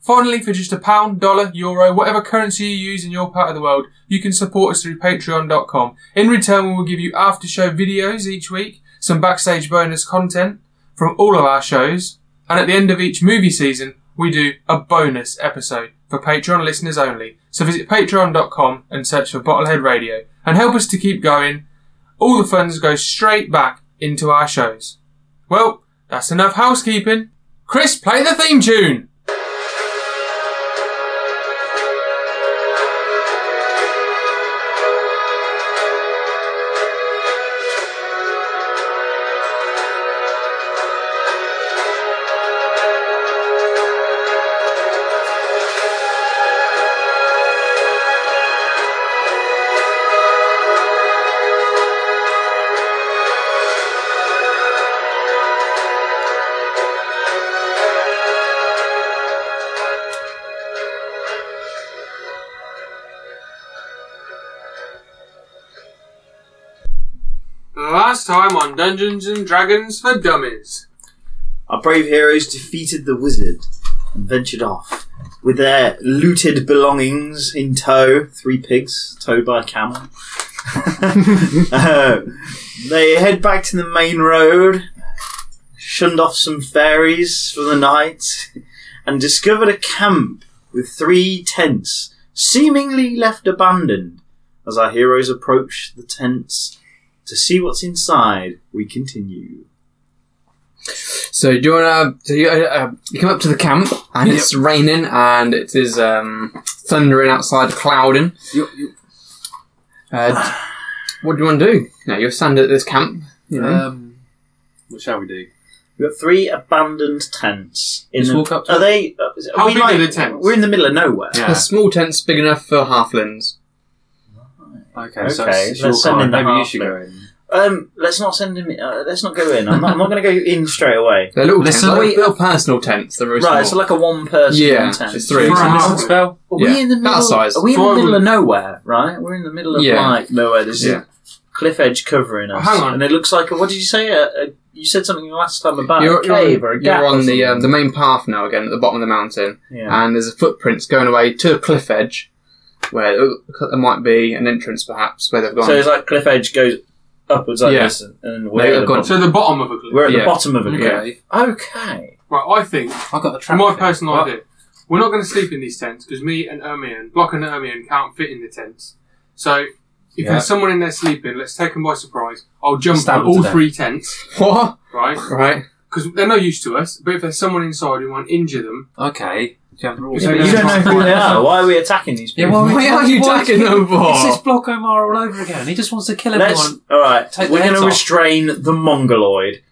Finally, for just a pound, dollar, euro, whatever currency you use in your part of the world, you can support us through patreon.com. In return, we will give you after show videos each week, some backstage bonus content from all of our shows, and at the end of each movie season, we do a bonus episode for Patreon listeners only. So visit patreon.com and search for Bottlehead Radio and help us to keep going. All the funds go straight back into our shows. Well, that's enough housekeeping. Chris, play the theme tune! Last time on Dungeons and Dragons for Dummies. Our brave heroes defeated the wizard and ventured off with their looted belongings in tow. Three pigs towed by a camel. Uh, they head back to the main road, shunned off some fairies for the night, and discovered a camp with three tents seemingly left abandoned. As our heroes approach the tents to see what's inside, we continue. So do you want to? So you, uh, uh, you come up to the camp and it's raining and it is um, thundering outside, clouding. Uh, d- what do you want to do? Now you're standing at this camp. You know, Um, what shall we do? We've got three abandoned tents. In Just the- walk up to are they? uh, is- How we big are the tents? We're in the middle of nowhere. Yeah. a small tent's big enough for halflings. Okay, Okay, so it's, it's your let's send in card. the Maybe you should go halfling. in. Um, let's not send him. Uh, let's not go in. I'm not, I'm not going to go in straight away. They're little Listen, tents, they're like look- little personal tents. They're very Right, so small. like a one-person yeah, tent. it's three. For a half- spell? Are yeah, we in the that middle? size. Are we in the Four middle would- of nowhere? Right, we're in the middle of Yeah. like nowhere. There's Yeah. a cliff edge covering us. Oh, hang on. and it looks like. A, what did you say? A, a, you said something last time about You're, a you're on- cave or a gap. you're or on the um, the something. main path now again at the bottom of the mountain, yeah. and there's a footprints going away to a cliff edge, where oh, there might be an entrance perhaps where they've gone. So it's like cliff edge goes upwards like Yeah. this, and, and we're, They've at the gone- bottom. So the bottom of a clip. we're at the Yeah. bottom of it. Yeah. Okay. Right, I think I got the trap. From my thing. personal What? idea, we're not going to sleep in these tents because me and Ermion, Block and Ermion, can't fit in the tents. So if Yeah. there's someone in there sleeping, let's take them by surprise. I'll jump Stab on them to all death. three tents, what? right? Right. Because they're not used to us. But if there's someone inside who want to injure them, Okay. Do you have the rules? Yeah, But but you you don't know can't who find they them. are. Why are we attacking these people? why are you attacking them for? It's this block Omar all over again. He just wants to kill everyone. Let's, all right, Take we're going their heads to off. restrain the mongoloid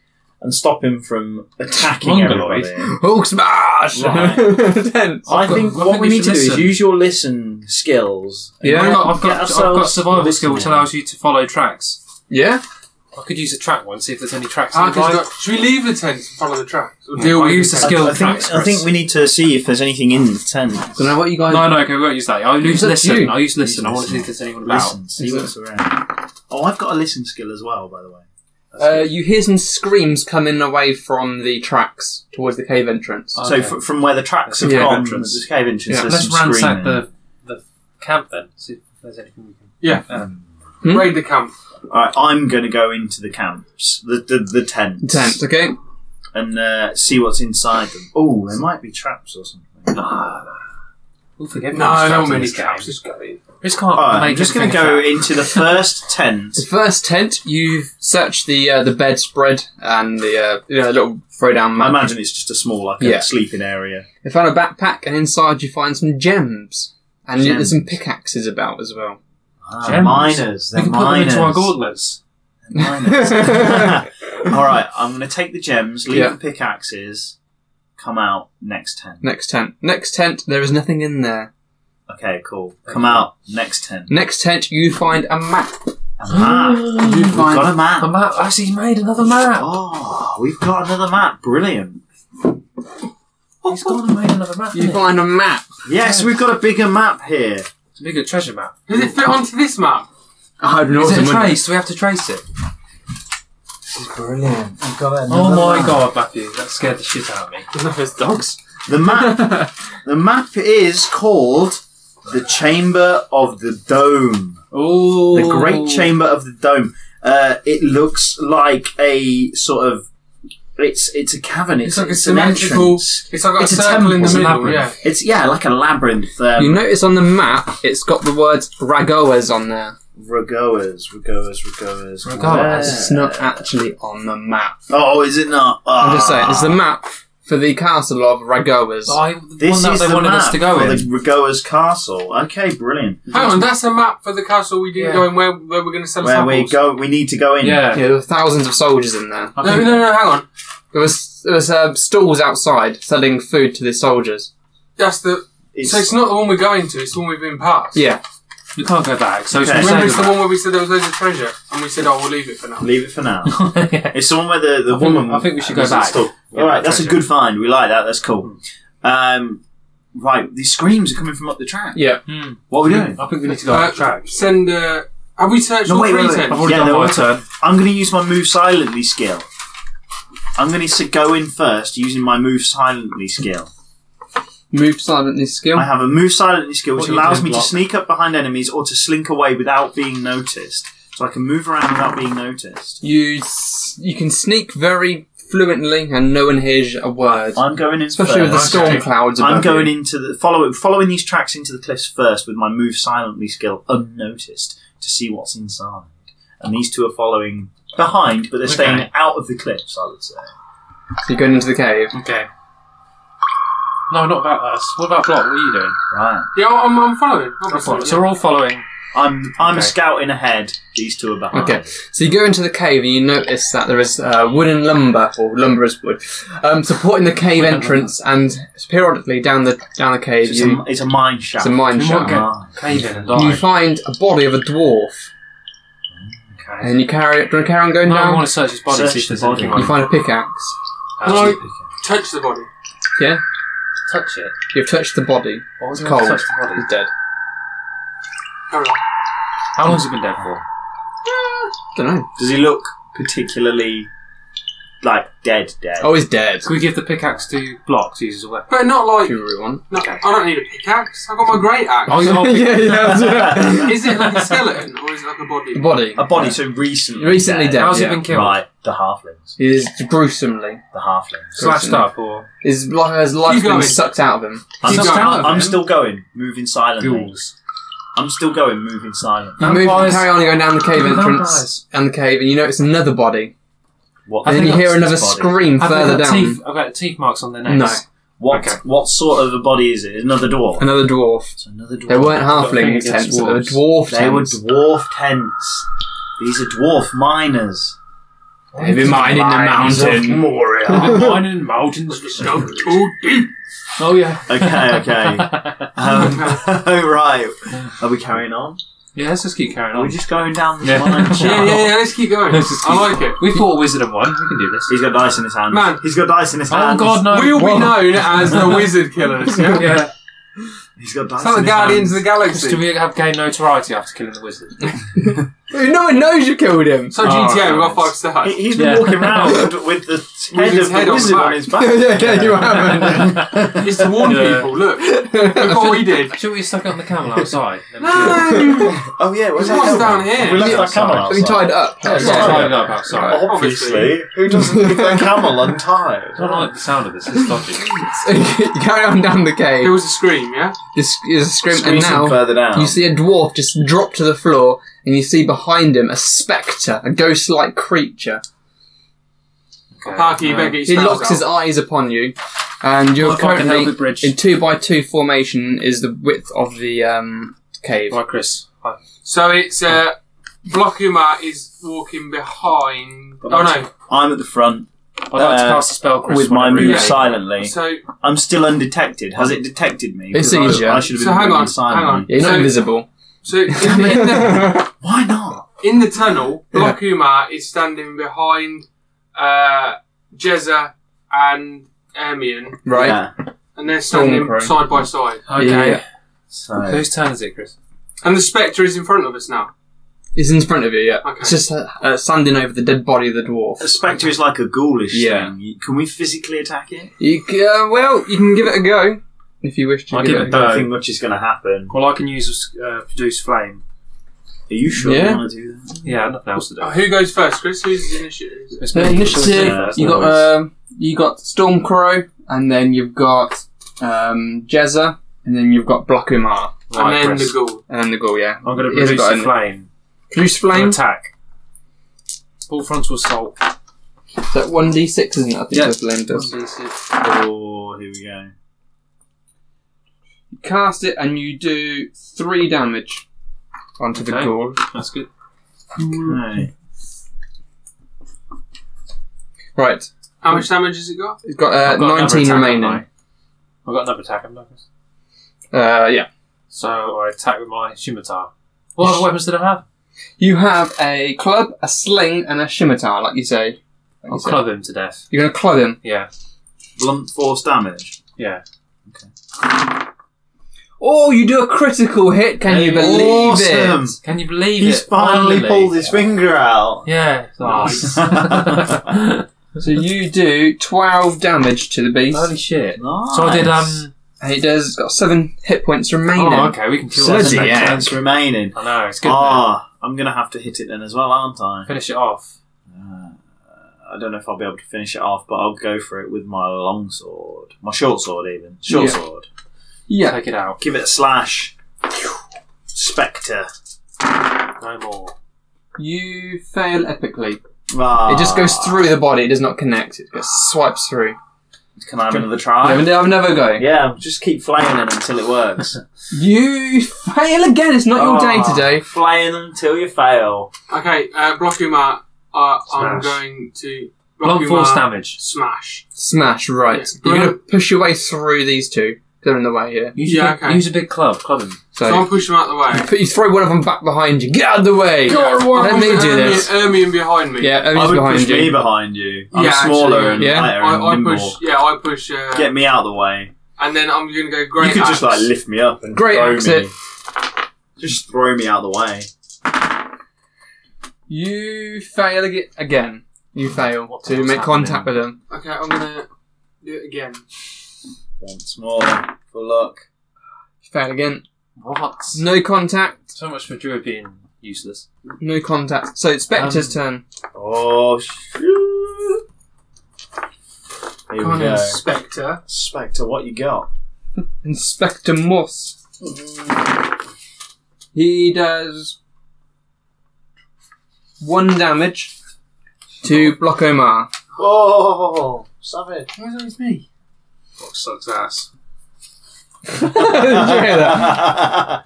and stop him from attacking Mongoloid? everybody. Hulk smash! Right. Tents. I got- think I what think we we need to should do is listen. use your listen skills. and Yeah. I've got, I've get got, I've ourselves got survival listening. skill which allows you to follow tracks. Yeah. I could use a track one, see if there's any tracks. Parker's nearby. Ah, got- should we leave the tents and follow the tracks? Or Yeah, deal I'll with use the tents? the skill. I think, I think we need to see if there's anything in the tent. Don't know what you guys. No, no, okay, we won't use that. I'll use up to listen. you. I'll use listen. Use I want to listen. see if there's anyone about. Listen, see what's around. Oh, I've got a listen skill as well, by the way. Uh, you hear some screams coming away from the tracks towards the cave entrance. Oh. So Okay. fr- from where the tracks have Yeah. gone, Cave entrance. the cave entrance, Yeah. there's Let's some ransack screaming. the, the camp then. See if there's anything we can. Yeah. um, Hmm? Raid the camp. All right, I'm going to go into the camps, the the, the tents, Tents. Okay. and uh, see what's inside them. Oh, there might be traps or something. We'll forget. No, there's no in many this game. traps. Just go in. This can't Alright, make I'm just anything going to go of that. into the first tent. The first tent, you've searched the uh, the bedspread and the uh, you know, little throwdown I mat. imagine it's just a small, like, a Yeah. sleeping area. You found a backpack, and inside you find some gems, and you- there's some Gems. pickaxes about as well. Ah, Gems. miners. They're We can put them miners. into our gauntlets. Miners. All right, I'm going to take the gems, leave Yeah. the pickaxes, come out next tent. Next tent. Next tent, there is nothing in there. Okay, cool. Come out next tent. Next tent, you find a map. A map. you We've got a a map. map. I see he's made another map. Oh, we've got another map. Brilliant. He's gone and made another map. You hasn't he? find a map. Yes, we've got a bigger map here. It's a bigger treasure map. Does it fit Hmm. onto this map? I don't know. Is it wouldn't traced? Do we have to trace it? Brilliant. We've got Oh another my map. god, Matthew, that scared the shit out of me. There's dogs. The map. the map is called the Chamber of the Dome. Oh, the Great Chamber of the Dome. Uh, it looks like a sort of it's it's a cavern. It's It's, like a it's an symmetrical- entrance. It's like got It's a a circle in temple, the it's a middle. Yeah. labyrinth. It's yeah, like a labyrinth. Um, You notice on the map, it's got the words Ragoas on there. Ragoas, Ragoas, Ragoas, Ragoas. Where- It's not actually on the map. Oh, is it not? I'm just saying, it's the Ah. map for the castle of Ragoas. I, the This one that is they the wanted map us to go for in. the Ragoas Castle. Okay, brilliant. Hang on, that's a map for the castle we didn't Yeah. go in where, where we're going to sell Where we samples. go, we need to go in. yeah. Yeah, there were thousands of soldiers in there. I No, think- no, no, hang on. There was there was uh, stalls outside selling food to the soldiers. That's the. It's, so it's not the one we're going to, it's the one we've been past. Yeah, You can't go back. So Okay. it's Remember, the it's the same one where we said there was loads of treasure, and we said, oh, we'll leave it for now. leave it for now. map. Yeah. It's the one where the, the I think- woman. I think we should go was back. Hmm. installed. Yeah, All right, that's a treasure. good find. We like that. That's cool. Um, right, these screams are coming from up the track. yeah. Hmm. What are we doing? I think we need to go Uh, off track. Send uh Have we searched No, all wait, three wait, wait. tents? I've already yeah, done there my was- turn. I'm going to use my move silently skill. I'm going to go in first using my move silently skill. Move silently skill. I have a move silently skill What which are you allows doing, me block? to sneak up behind enemies or to slink away without being noticed. So I can move around without being noticed. You s- you can sneak very fluently and no one hears a word, I'm going in especially with the first. Okay. storm clouds. I'm above going you. into the follow following these tracks into the cliffs first with my move silently skill unnoticed to see what's inside. And these two are following behind, but they're staying Okay. out of the cliffs, I would say. So you're going into the cave. Mm-hmm. Okay. No, not about us. What about Block? What are you doing? Right. Yeah, I'm, I'm following. I'm following. So So we're all following. I'm I'm Okay. scouting ahead, these two are behind. Okay, so you go into the cave and you notice that there is uh, wooden lumber or lumberer's wood um, supporting the cave entrance, and periodically down the down the So cave it's, you a, it's a mine shaft. it's a mine We won't shaft. get Ah. cave in and You die. find a body of a dwarf, Okay. and you carry it. Do you carry on going No, I down? want to search his body. Search see if the there's body. anything You on him. find a pickaxe. No. Actually, touch the body. Touch it. You've touched the body. What was It's it when I cold. touched the body? He's dead. Carry on. How long has he been dead for? Don't know. Does he look particularly like dead dead? Oh, he's dead. Can we give the pickaxe to Block to use as a weapon? But not If like. you really want. No, I don't need a pickaxe. I've got my great axe. Oh, yeah. yeah, yeah. Is it like a skeleton, or is it like a body? Body. A body so recently Recently dead. How's yeah. he been killed? Right, the halflings. He is gruesomely. The halflings. Slashed up or His, li- his life's Keep been going. sucked out of him. I'm, He's still, out of I'm him. still going, moving silently. ghouls? I'm still going, moving silently. You move, you Vampires. carry on, you go down the cave Vampires. entrance, down the cave, and you notice another body. What, And then you think hear that's another this body. scream Have further they got down. teeth? I've got teeth marks on their necks. No. what, Okay. what sort of a body is it? Another dwarf. Another dwarf. It's another dwarf. They weren't Got a thing halfling against tents, they were dwarves. dwarf They were tents. dwarf tents. These are dwarf miners. They've been mining the Mines of mountain. Moria. Mining mountains for Go stone. too deep. Oh yeah. okay, okay. Um, right. Are we carrying on? yeah, let's just keep carrying Are on. we just going down this Yeah. mine shaft? Yeah, yeah, yeah. Let's keep going. Let's just keep- I like it. We fought a wizard and one. We can do this. He's got dice in his hand. Man. He's got dice in his Oh hand. god, no. We'll Whoa. be known as the wizard killers. Yeah. yeah. He's got dice It's like the in his Guardians of hand. the Galaxy. Do we have gained notoriety after killing the wizard? No one knows you killed him. So Oh, GTA, we got right. five stars. He, has been Yeah. walking around with the head his of head the on wizard back. on his back. yeah, yeah, yeah, you haven't. It's to warn Yeah. people. Look, look what we did. Should we stuck it on the camel outside? Then we should- No, Oh yeah, what's where's that camel? down here? We left Yeah, that camel sorry. outside. We tied it up. Yeah, it's Yeah. tied up outside. Obviously, who doesn't leave their camel untied? I don't like the sound of this. It's dodgy. You Carry on down the cave. It was a scream, yeah. There's there's a scream, Squeeze and him now further down. You see a dwarf just drop to the floor, and you see behind him a spectre, a ghost-like creature. Okay. Parky, you better um, get He your locks stars his out. eyes upon you, and you're Motherfucking hell, currently good bridge. in two by two formation. Is the width of the um, cave? Right, Chris. Hi. So it's uh, Blockuma is walking behind. Oh no! I'm at the front I'd like to Uh, cast a spell, Chris. with my whenever move you- silently. So I'm still undetected. Has it detected me? It 'Cause I- sees you. I, should have So been hang moving on, silently. hang on. You're not So- invisible. so in the, in the, Why not? in the tunnel, Yeah. Blockuma is standing behind uh, Jezza and Ermion, right? Yeah. and they're standing Stormcrow. side by side. Okay. Yeah. So, Whose turn is it, Chris? And the spectre is in front of us now. It's in front of you. Yeah, Okay. it's just uh, uh, standing over the dead body of the dwarf. a spectre is like a ghoulish Yeah. thing. You- Can we physically attack it? You, c- uh, well, you can give it a go if you wish to. I'll give give it. it a I go. don't No. think much is going to happen. Well, I can use uh, produce flame. Are you sure Yeah. you want to do that? Yeah, nothing else to do. Uh, Who goes first, Chris? Who's the initiative? It's Uh, me. initiative. Yeah, that's you got nice. um, you got Stormcrow, and then you've got um, Jezza, and then you've got Blokumar, And Right, then the Chris. ghoul. and then the ghoul. Yeah, I'm going to He hasn't produce got a any. flame. Produce An Flame. attack. Full frontal assault. Is that one d six, isn't it? I think Yeah. the Flame does. Oh, here we go. You cast it, and you do three damage onto the Okay. ghoul. That's good. Okay. Right, How much damage has it got? it's got, uh, I've got another nineteen attack, remaining. haven't I? I've got another attack, haven't I, Chris? Uh, yeah, So I attack with my scimitar. What other weapons did I have? you have a club, a sling, and a scimitar, like you say. Like I'll you said. club him to death. You're gonna club him. Yeah, Blunt force damage. yeah. Oh, you do a critical hit! Can you Hey, believe awesome. it? Can you believe He's it? finally, pulled his finger out. Yeah. Nice. So you do 12 damage to the beast. Holy shit. Nice. So I did, um... And it does, got 7 hit points remaining. Oh, okay, we can kill that. Bloody Bloody thing. hell. It's remaining. I know, it's good. man. Ah, I'm going to have to hit it then as well, aren't I? Finish it off. I don't know if I'll be able to finish it off, but I'll go for it with my long sword. My short sword, even. Short Yeah. sword. Yeah. Take it out. Give it a slash. Spectre. No more. You fail epically. Ah. It just goes through the body, it does not connect. It just swipes through. Ah, Can I have another I try? have, have another go. Yeah, just keep flaying it until it works. You fail again, it's not your day Ah, today. Flaying until you fail. Okay, uh, Blockuma, uh, I'm Smash. going to. Blunt Blockuma, force damage. Smash. Smash, right. Yeah. You're going to push your way through these two. They're in the way here. Use, Yeah, a big, okay. use a big club. Club him. So, So, I'm pushing him out the way. but you throw one of them back behind you. Get out of the way! Let me do this. Ermion behind me. Yeah, I Ermi's would behind push you. me behind you. I'm Yeah, smaller actually, and yeah. lighter and I, I nimble. push. Yeah, I push. Uh, Get me out of the way. and then I'm going to go great. you could just like axe. lift me up and Great throw axe me. it. Just throw me out of the way. You fail ag- again. You fail What- to what's make contact with happening? them. Okay, I'm going to do it again. Once more, for luck. You fail again. What? No contact. So much for Druid being useless. No contact. So it's Spectre's turn. Oh, shoot. Here we Come on, go. Inspector. Spectre, what you got? Inspector Moss. He does one damage to Block Omar. Oh, savage. Why is it always me? What sucks ass. Did you hear that?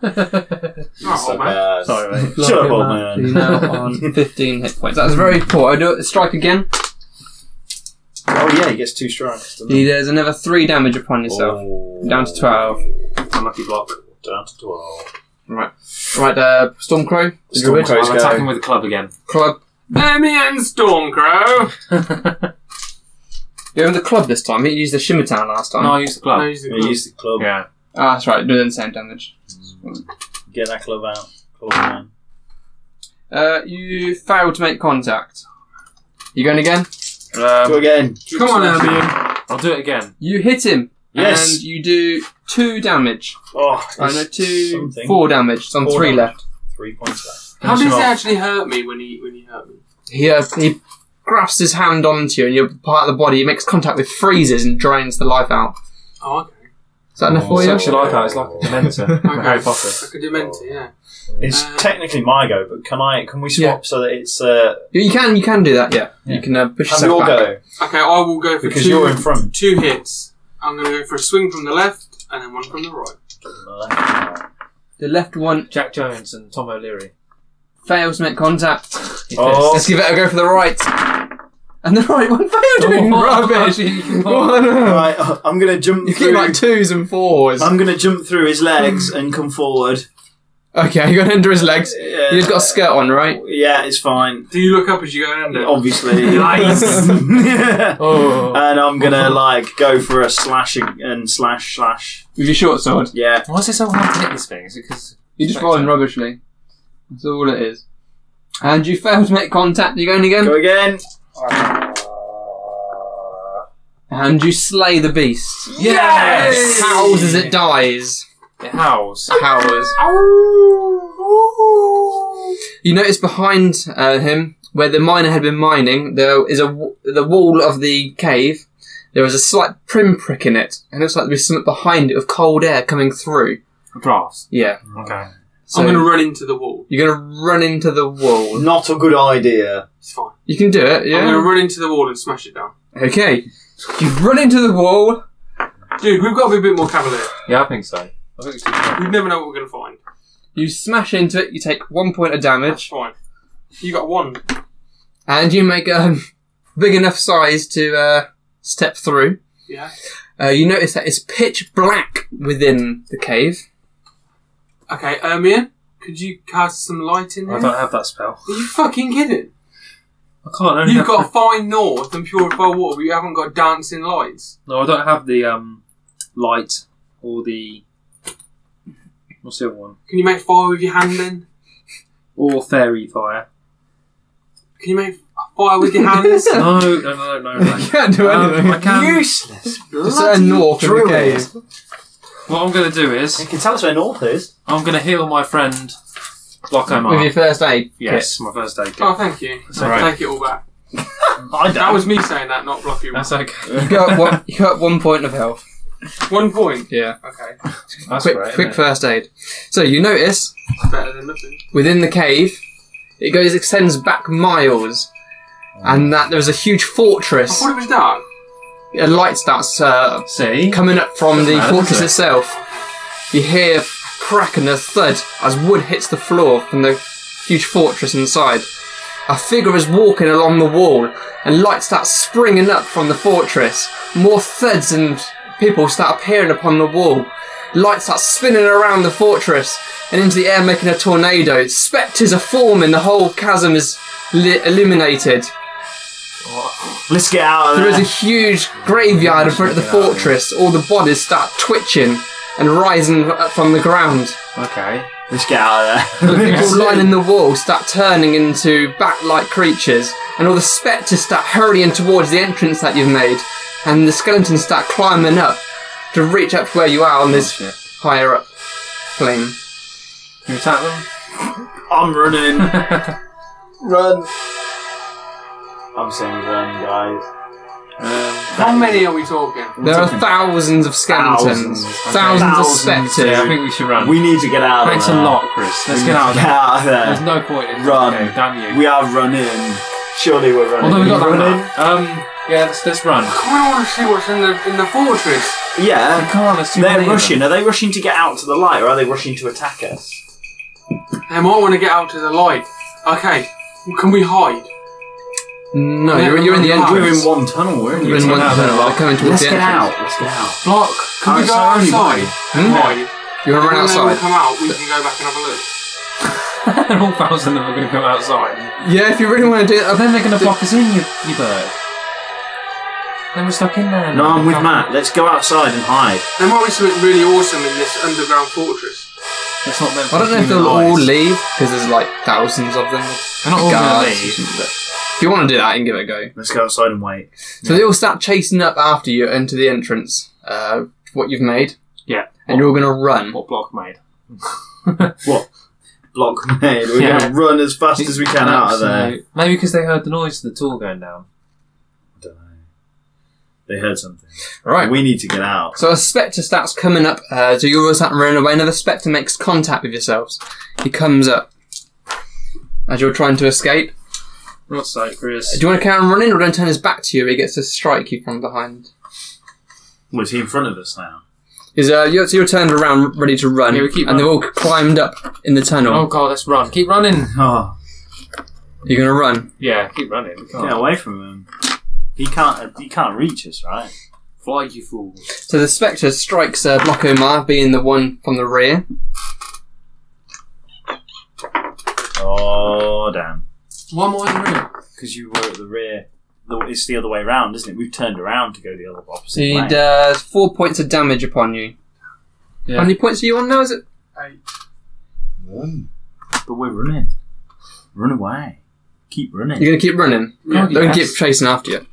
Oh, So man. bad. Sorry, mate. Shut up, old Block Omar man. is now on 15 hit points. That's very poor. I do it strike again. Oh yeah, he gets two strikes. doesn't He he? does another three damage upon yourself. Oh. Down to 12. Unlucky block. Down to twelve. Oh. Right, uh, Stormcrow. Stormcrow's I'm attacking going. with the club again. Club. Ermion Stormcrow. You're in the club this time. You used the Shimitan last time. no, I use the Oh, No, club. he's the He used the club. Yeah. Ah, that's right. Doing the same damage. Get that club out. Club man. Uh, you failed to make contact. You going again? Go Um, again. Come on, Albion. I'll do it again. You hit him. Yes. And you do two damage. Oh, I know it's two, something. four damage. It's on Four three damage. left. Three points left. How Finish does him it off. actually hurt me when he when he hurt me? He uh, he grasps his hand onto you, and your part of the body makes contact with freezes and drains the life out. Oh, okay. Is that Oh, enough for you? Such a life out. It's like a Dementor. from Okay. Harry Potter. Like a dementor, yeah. It's Uh, technically my go, but can I? Can we swap so that it's uh, You- You can you can do that. Yeah, Yeah. you can uh, push have your yourself back. go Okay, I will go for because two, you're in front. two hits. I'm going to go for a swing from the left and then one from the right. The left one Jack Jones and Tom O'Leary. fails to make contact. He Oh. Let's give it a go for the right. And the right one failed. Oh. Rubbish. What on earth? Right, uh, I'm gonna jump Oh, You through. get like twos and fours. I'm gonna jump through his legs and come forward. Okay, you got under his legs. Yeah. He's got a skirt on, right? Yeah, it's fine. Do you look up as you go under? Oh, Obviously, Nice. and Oh. I'm gonna like go for a slash and- and slash slash. With your short sword. Yeah, Why is it so hard to hit this thing? Is it because You're just rolling rubbishly. That's all it is. And you fail to make contact. You're going again. go again. And you slay the beast. Yes! It howls as it dies. it howls? Howls. You notice behind uh, him, where the miner had been mining, there is a w- the wall of the cave. There is a slight prim prick in it, and it looks like there's something behind it of cold air coming through. Drafts. Yeah. Okay. So I'm going to run into the wall. you're going to run into the wall. Not a good idea. It's fine. You can do it. I'm going to Yeah. run into the wall and smash it down. Okay. You run into the wall. Dude, we've got to be a bit more cavalier. Yeah, I think so. I think it's just- We never know what we're going to find. You smash into it. You take one point of That's damage, fine. You got one. and you make um, big enough size to uh, step through. Yeah. Uh, you notice that it's pitch black within the cave. Okay, um, Ian, could you cast some light in I there? don't have that spell. Are you fucking kidding? I can't. I Only You've got have- fine north and purify water, but you haven't got dancing lights. No, I don't have the um, light or the. What's the other one? Can you make fire with your hand then? Or fairy fire. Can you make fire with your hands? No, no, no, no, no. You can't do Um, anything. I can. Useless. Just a north of the cave. What I'm going to do You is can tell us where north is. I'm going to heal my friend Blocko With your Mark. first aid. Yes, my first aid kit. oh, thank you. all right. Take it all back. I That don't. was me saying that, not Blocky. That's okay. kit. You got one, you got one point of health. One point. Yeah. Okay, That's quick, great, quick isn't it? first aid. So you notice better than nothing. within the cave, it goes extends back miles, and that there's a huge I fortress. thought it was dark. A light starts uh, See? coming up from the Doesn't matter, fortress does it? itself. You hear a crack and a thud as wood hits the floor from the huge fortress inside. A figure is walking along the wall, and light starts springing up from the fortress. More thuds and people start appearing upon the wall. Light starts spinning around the fortress and into the air, making a tornado. Spectres are forming. The whole chasm is li- illuminated. Let's get out of There there. is a huge graveyard in front of the fortress. All the bodies start twitching and rising up from the ground. Okay. Let's get out of there. People lining the wall start turning into bat-like creatures, and all the spectres start hurrying towards the entrance that you've made, and the skeletons start climbing up to reach up to where you are on this Oh, Shit. higher up plane. You attack them? I'm running. Run. I'm saying run, guys. Um, How many are we talking? There are thousands of Thousands, skeletons, thousands, okay. of Thousands, spectres. yeah, I think we should run. We need to get out Thanks of a there. lot, Chris. Let's get out of Get there. out of There's there. no point in Run. Okay, damn you. We are running. Surely we're running. Although we got running. that. Um, yeah, let's, let's run. I kind of want to see what's in the in the fortress. I Yeah. can't. Let's They're rushing. Are they rushing to get out to the light or are they rushing to attack us? They might want to get out to the light. Okay, can we hide? No, you're, you're in the We're We're entrance. in one tunnel, we're in You're in one one out of the tunnel. They're lock. coming towards Let's get the entrance. out. Let's get out. Block. Oh, Can we Outside go only outside? Hmm? Hide. You want to And then run we'll outside? come out. We can go back and have a look. and all thousand of them are going to come outside. Yeah, if you really want to do But it. then they're going to block us in, you, you bird. Then we're stuck in there. No, I'm with Matt. Let's go outside and hide. There might be something really awesome in this underground fortress. It's not meant I for don't know if human they'll all eyes. leave because there's like thousands of them. They're not all going to Guards. leave. If you want to do that, you can give it a go. Let's go outside and wait. So they all start chasing up after you into the entrance. Uh, what you've made, Yeah. and you're all going to run. What block made? Block made. We're Yeah. going to run as fast as we can out of there. Absolute- Maybe because they heard the noise of the door going down. They heard something. Right. We need to get out. So a spectre starts coming up. Uh, so you're all starting running away. Another spectre makes contact with yourselves. He comes up as you're trying to escape. Not so, Do Chris. you want to carry on running, or don't turn his back to you? He gets to strike you from behind. Was he in front of us now? Is uh, you're, so you're turned around, ready to run, Yeah, we keep and they've all climbed up in the tunnel. Oh god, let's run. Keep running. Oh, You're gonna run. Yeah, keep running. We can't. get away from him. He can't. He can't reach us, right? Fly, you fools. So the spectre strikes uh, Block Omar, being the one from the rear. Oh damn! One more in the room. Because you were at the rear. The- It's the other way round, isn't it? We've turned around to go the other opposite He way. does four points of damage upon you. Yeah. How many points are you on now? Is it? Run. But we're running. Run away. Keep running. You're gonna keep running. Yeah. Don't Yes. keep chasing after you.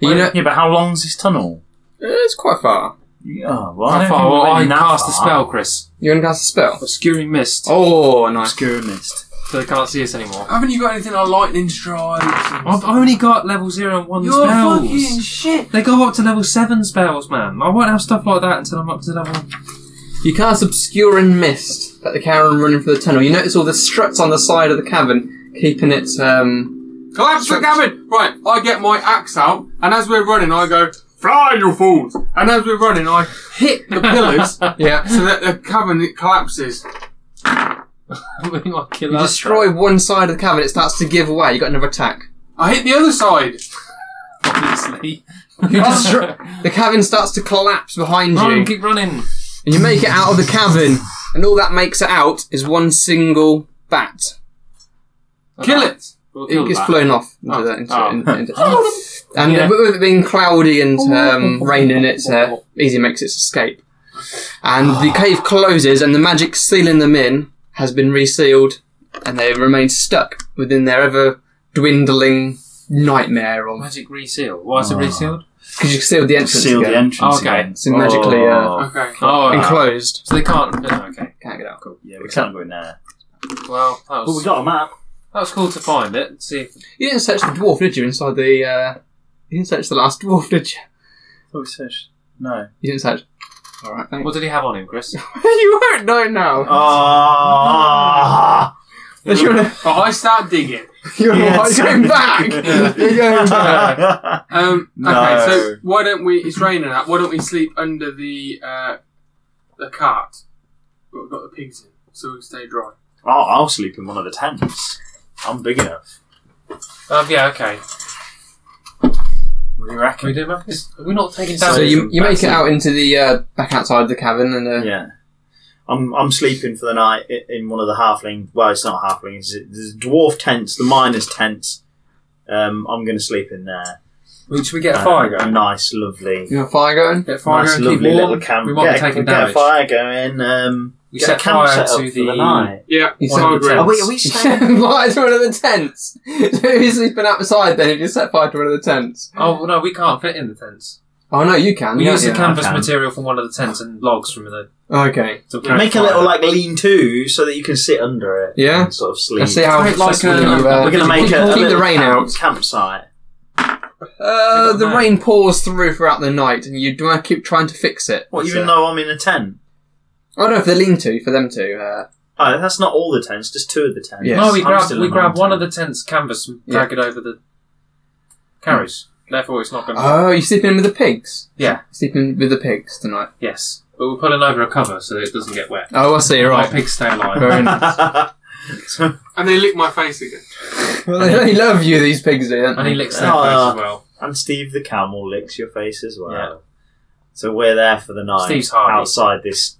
You Well, know, yeah, but how long's this tunnel? it's quite far. Yeah, well, I How don't far? think we're Well, I really that cast the far. spell, Chris. You're gonna cast a spell. Obscuring mist. Oh, nice. Obscure mist. So they can't see us anymore. Haven't you got anything like lightning strikes? and- I've only got level 0 and 1 You're spells. fucking shit. They go up to level 7 spells, man. I won't have stuff like that until I'm up to level. You cast obscuring mist at the cavern running for the tunnel. You notice all the struts on the side of the cavern, keeping it. Um, Collapse the cabin! Right, I get my axe out, and as we're running, I go, Fly, you fools! And as we're running, I hit the pillars so yeah. that the cavern it collapses. we might kill You us. destroy one side of the cavern, it starts to give away. You got another attack. I hit the other side! Obviously. You destroy- the cavern starts to collapse behind you, Run, and keep running. you make it out of the cavern, and all that makes it out is one single bat. Kill it! We'll kill It gets that. flown off into the, into, Oh. in- into- and uh, Yeah. with it being cloudy and um, raining, it uh, easy makes its escape. And the cave closes, and the magic sealing them in has been resealed, and they remain stuck within their ever dwindling nightmare of Magic reseal. Why is it resealed? because you sealed the entrance Seal again. the entrance. Okay. again. So magically, Oh. Okay. Oh, okay. enclosed. so they can't. no, Okay. Can't get out. Yeah, we can't go in there. Well, that But we was, got a map. that was cool to find it. See if You didn't search the dwarf, did you? Inside the uh, you didn't search the last dwarf, did you? Oh, we searched. No. You didn't search. All right, thanks. What did he have on him, Chris? you won't know now. Oh. But you're, you're, But I start digging. Yes. Ah. you're going back. You're going back. Um, No. Okay, so why don't we? It's raining out. Why don't we sleep under the uh, the cart? But We've got the pigs in, so we stay dry. I'll, I'll sleep in one of the tents. I'm big enough. Um, yeah, okay. What do you Can we reckon? do Memphis? Are we not taking So damage? you, you make it out into the uh, back outside of the cavern, and uh, Yeah. I'm, I'm sleeping for the night i- in one of the halfling. Well, it's not halfling. It's, it's dwarf tents, the miners' tents. Um, I'm going to sleep in there. We- Should we get a Uh, fire A going? nice, lovely, you have a fire going. Get a fire nice, going, keep lovely warm. little camp. We might get, be a- taking get damage. a fire going. Um, We get set a camp fire set up to for the the- night. Yeah, You One set- of the Are we, tents. are we staying? fire to one of the tents. so you're sleeping outside then if you set fire to one of the tents. Oh well, no, we can't fit in the tents. Oh no, you can. We yeah, use the yeah. canvas I can. material from one of the tents and logs from the. Okay. To carry Make a fire. little like lean to so that you can sit under it. Yeah. And sort of sleep. Let's see how Make like successful a- you, uh, We're gonna make keep a, a keep the little rain camp- out. campsite. Uh, We've got the that. rain pours through throughout the night, and you do I keep trying to fix it. What, It's, even uh, though I'm in a tent? I don't know if they lean to for them to. Uh, Oh, that's not all the tents, just two of the tents. Yes. No, we I'm grab still we in grab one tent. of the tents canvas and drag it over the carriage. Therefore, it's not going. to... oh, you sleeping with the pigs? Yeah. sleeping with the pigs tonight. Yes, but we're pulling over a cover so that it doesn't get wet. Oh, I see. Right, Right. pigs stay alive. Very nice. So- and they lick my face again. Well, they love you, these pigs, do, don't and they? he licks their Oh, face yeah. as well. and Steve the camel licks your face as well. Yeah. So we're there for the night. Steve's Hardy. outside this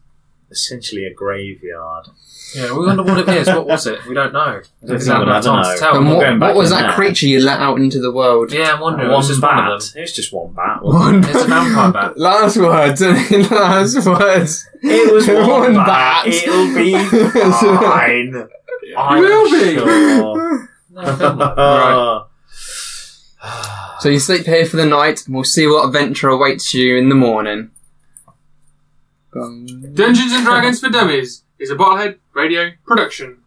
essentially a graveyard. Yeah, we wonder what it is. What was it? We don't know. I don't think No, we're gonna I have don't time to know. tell. and we're what, going what back was in that there. creature you let out into the world? Yeah, I'm wondering. It one was just bat. one of them. It was just one bat. wasn't One It's a vampire bat. Last words, last words. It It was one, bat. It'll be fine. I'm Will be. sure. No, I don't know. so you sleep here for the night, and we'll see what adventure awaits you in the morning. Gone. Dungeons and Dragons for Dummies is a Bottlehead Radio production.